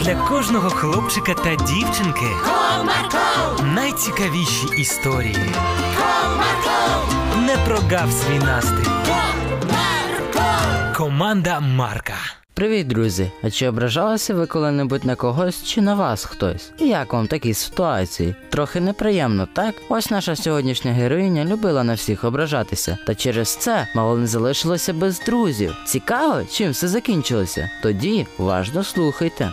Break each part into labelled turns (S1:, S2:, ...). S1: для кожного хлопчика та дівчинки
S2: Comarco,
S1: найцікавіші історії.
S2: Comarco,
S1: Не прогав свій настрій.
S2: Comarco.
S1: Команда Марка.
S3: Привіт, друзі! А чи ображалися ви коли-небудь на когось чи на вас хтось? І як вам такі ситуації? Трохи неприємно, так? Ось наша сьогоднішня героїня любила на всіх ображатися, та через це мало не залишилося без друзів. Цікаво, чим все закінчилося? Тоді уважно слухайте.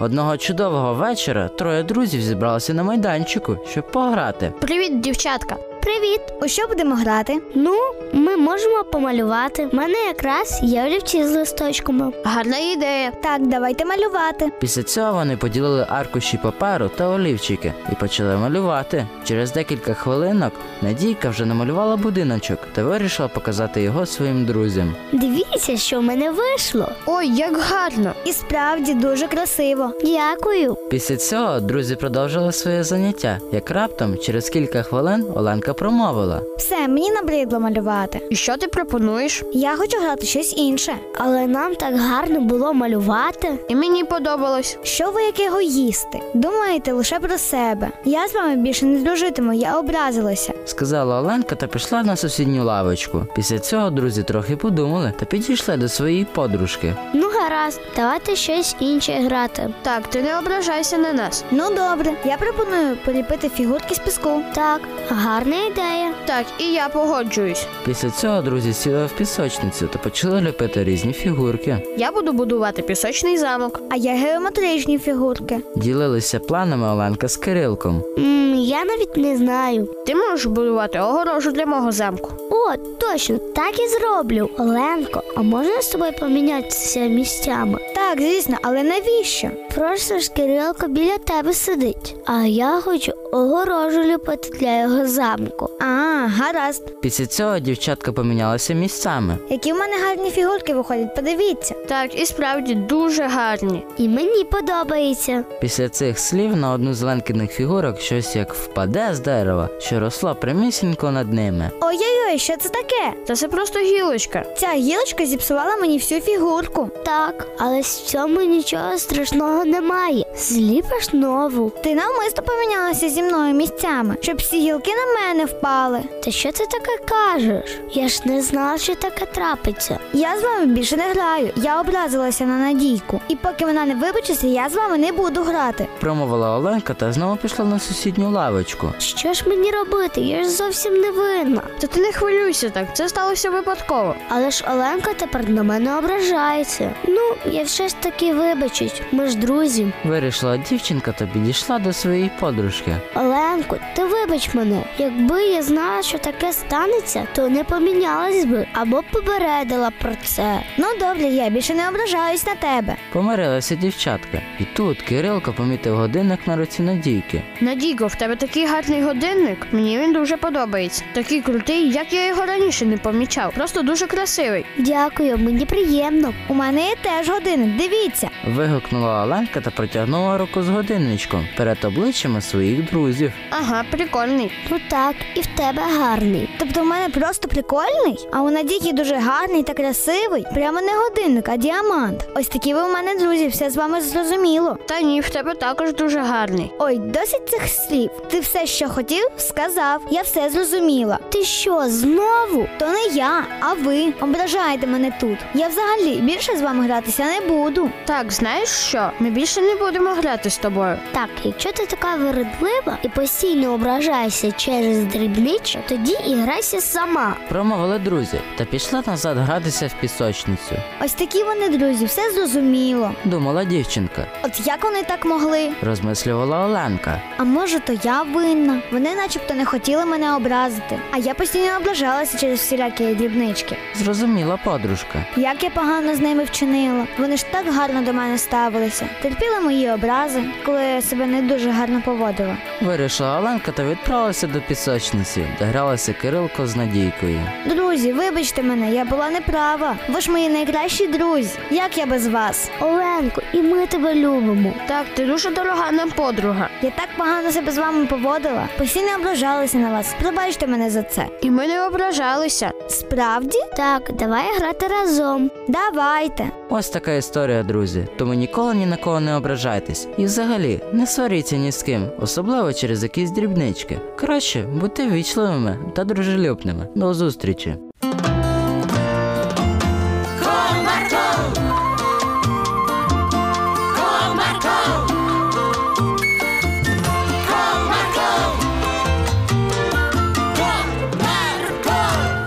S3: Одного чудового вечора троє друзів зібралися на майданчику, щоб пограти.
S4: Привіт, дівчатка.
S5: Привіт! У що будемо грати?
S4: Ну, ми можемо помалювати.
S5: У мене якраз є олівці з листочками.
S4: Гарна ідея.
S5: Так, давайте малювати.
S3: Після цього вони поділили аркуші паперу та олівчики і почали малювати. Через декілька хвилинок Надійка вже намалювала будиночок та вирішила показати його своїм друзям.
S5: Дивіться, що в мене вийшло.
S4: Ой, як гарно.
S5: І справді дуже красиво. Дякую.
S3: Після цього друзі продовжили своє заняття. Як раптом, через кілька хвилин Оленка промовила.
S5: Все, мені набридло малювати.
S4: І що ти пропонуєш?
S5: Я хочу грати щось інше. Але нам так гарно було малювати.
S4: І мені подобалось.
S5: Що ви як егоїсти? Думаєте лише про себе. Я з вами більше не дружитиму, я образилася.
S3: Сказала Оленка та пішла на сусідню лавочку. Після цього друзі трохи подумали та підійшли до своєї подружки.
S5: Ну, гаразд, давайте щось інше грати.
S4: Так, ти не ображайся на нас.
S5: Ну добре, я пропоную поліпити фігурки з піску. Так, гарна ідея.
S4: Так, і я погоджуюсь.
S3: Після цього друзі сіли в пісочницю та почали ліпити різні фігурки.
S4: Я буду будувати пісочний замок.
S5: А я геометричні фігурки.
S3: Ділилися планами Оленка з Кирилком.
S5: м я навіть не знаю.
S4: Ти можеш будувати огорожу для мого замку.
S5: О, точно, так і зроблю. Оленко, а можна з тобою помінятися місцями? Так, звісно, але навіщо? Просто ж Кирилко біля тебе сидить, а я хочу огорожу ліпити для його замку. А, гаразд.
S3: Після цього дівчатка помінялася місцями.
S5: Які в мене гарні фігурки виходять, подивіться.
S4: Так, і справді дуже гарні.
S5: І мені подобається.
S3: Після цих слів на одну з ленкиних фігурок щось як впаде з дерева, що росло прямісінько над ними.
S5: Ой-ой-ой, що це таке?
S4: Та це просто гілочка.
S5: Ця гілочка зіпсувала мені всю фігурку. Так, але з цьому нічого страшного немає. Зліпиш нову. Ти навмисно помінялася зі мною місцями, щоб всі гілки на мене впали. Та що ти таке кажеш? Я ж не знала, що таке трапиться. Я з вами більше не граю. Я образилася на надійку. І поки вона не вибачиться, я з вами не буду грати.
S3: Промовила Оленка та знову пішла на сусідню лавочку.
S5: Що ж мені робити? Я ж зовсім не винна.
S4: Та ти не хвилюйся так, це сталося випадково.
S5: Але ж Оленка тепер на мене ображається. Ну, я все ж таки вибачусь, ми ж друзі.
S3: Вирішила дівчинка та підійшла до своєї подружки.
S5: Оленко, ти вибач мене. Якби я знала, що таке станеться, то не помінялась би або попередила про це. Ну добре, я більше не ображаюсь на тебе.
S3: Помирилася дівчатка, і тут Кирилко помітив годинник на руці Надійки.
S4: Надійко, в тебе такий гарний годинник. Мені він дуже подобається. Такий крутий, як я його раніше не помічав. Просто дуже красивий.
S5: Дякую, мені приємно. У мене є теж годинник, дивіться.
S3: Вигукнула Оленка та протягнула руку з годинничком перед обличчями своїх друзів.
S4: Ага, прикольний.
S5: Ну так, і в тебе гарний. Тобто в мене просто прикольний, а у Надійки дуже гарний та красивий. Прямо не годинник, а діамант. Ось такі ви у мене друзі, все з вами зрозуміло.
S4: Та ні, в тебе також дуже гарний.
S5: Ой, досить цих слів. Ти все, що хотів, сказав. Я все зрозуміла. Ти що, знову? То не я, а ви ображаєте мене тут. Я взагалі більше з вами гратися не буду.
S4: Так, знаєш що? Ми більше не будемо грати з тобою.
S5: Так, якщо ти така вередлива і постійно ображаєшся через дрібничі, тоді і грайся сама.
S3: Промовили друзі та пішла назад гратися в пісочницю.
S5: Ось такі вони, друзі, все зрозуміло.
S3: Думала дівчинка,
S5: От як вони так могли?
S3: розмислювала Оленка.
S5: А може, то я винна? Вони, начебто, не хотіли мене образити, а я постійно ображалася через всілякі дрібнички.
S3: Зрозуміла подружка.
S5: Як я погано з ними вчинила. Вони ж так гарно до мене ставилися. Терпіли мої образи, коли я себе не дуже гарно поводила.
S3: Вирішила Оленка та відправилася до пісочниці, де гралася Кирилко з Надійкою.
S5: Друзі, вибачте мене, я була неправа. Ви ж мої найкращі друзі. Як я без вас? Оленко, і ми тебе любимо.
S4: Так, ти дуже дорога нам подруга,
S5: Я так погано себе з вами поводила. Постійно ображалася на вас. Пробачте мене за це.
S4: і ми не ображалися.
S5: Справді? Так, давай грати разом. Давайте.
S3: Ось така історія, друзі. Тому ніколи ні на кого не ображайтесь. І взагалі не сваріться ні з ким, особливо через якісь дрібнички. Краще бути вічливими та дружелюбними. До зустрічі!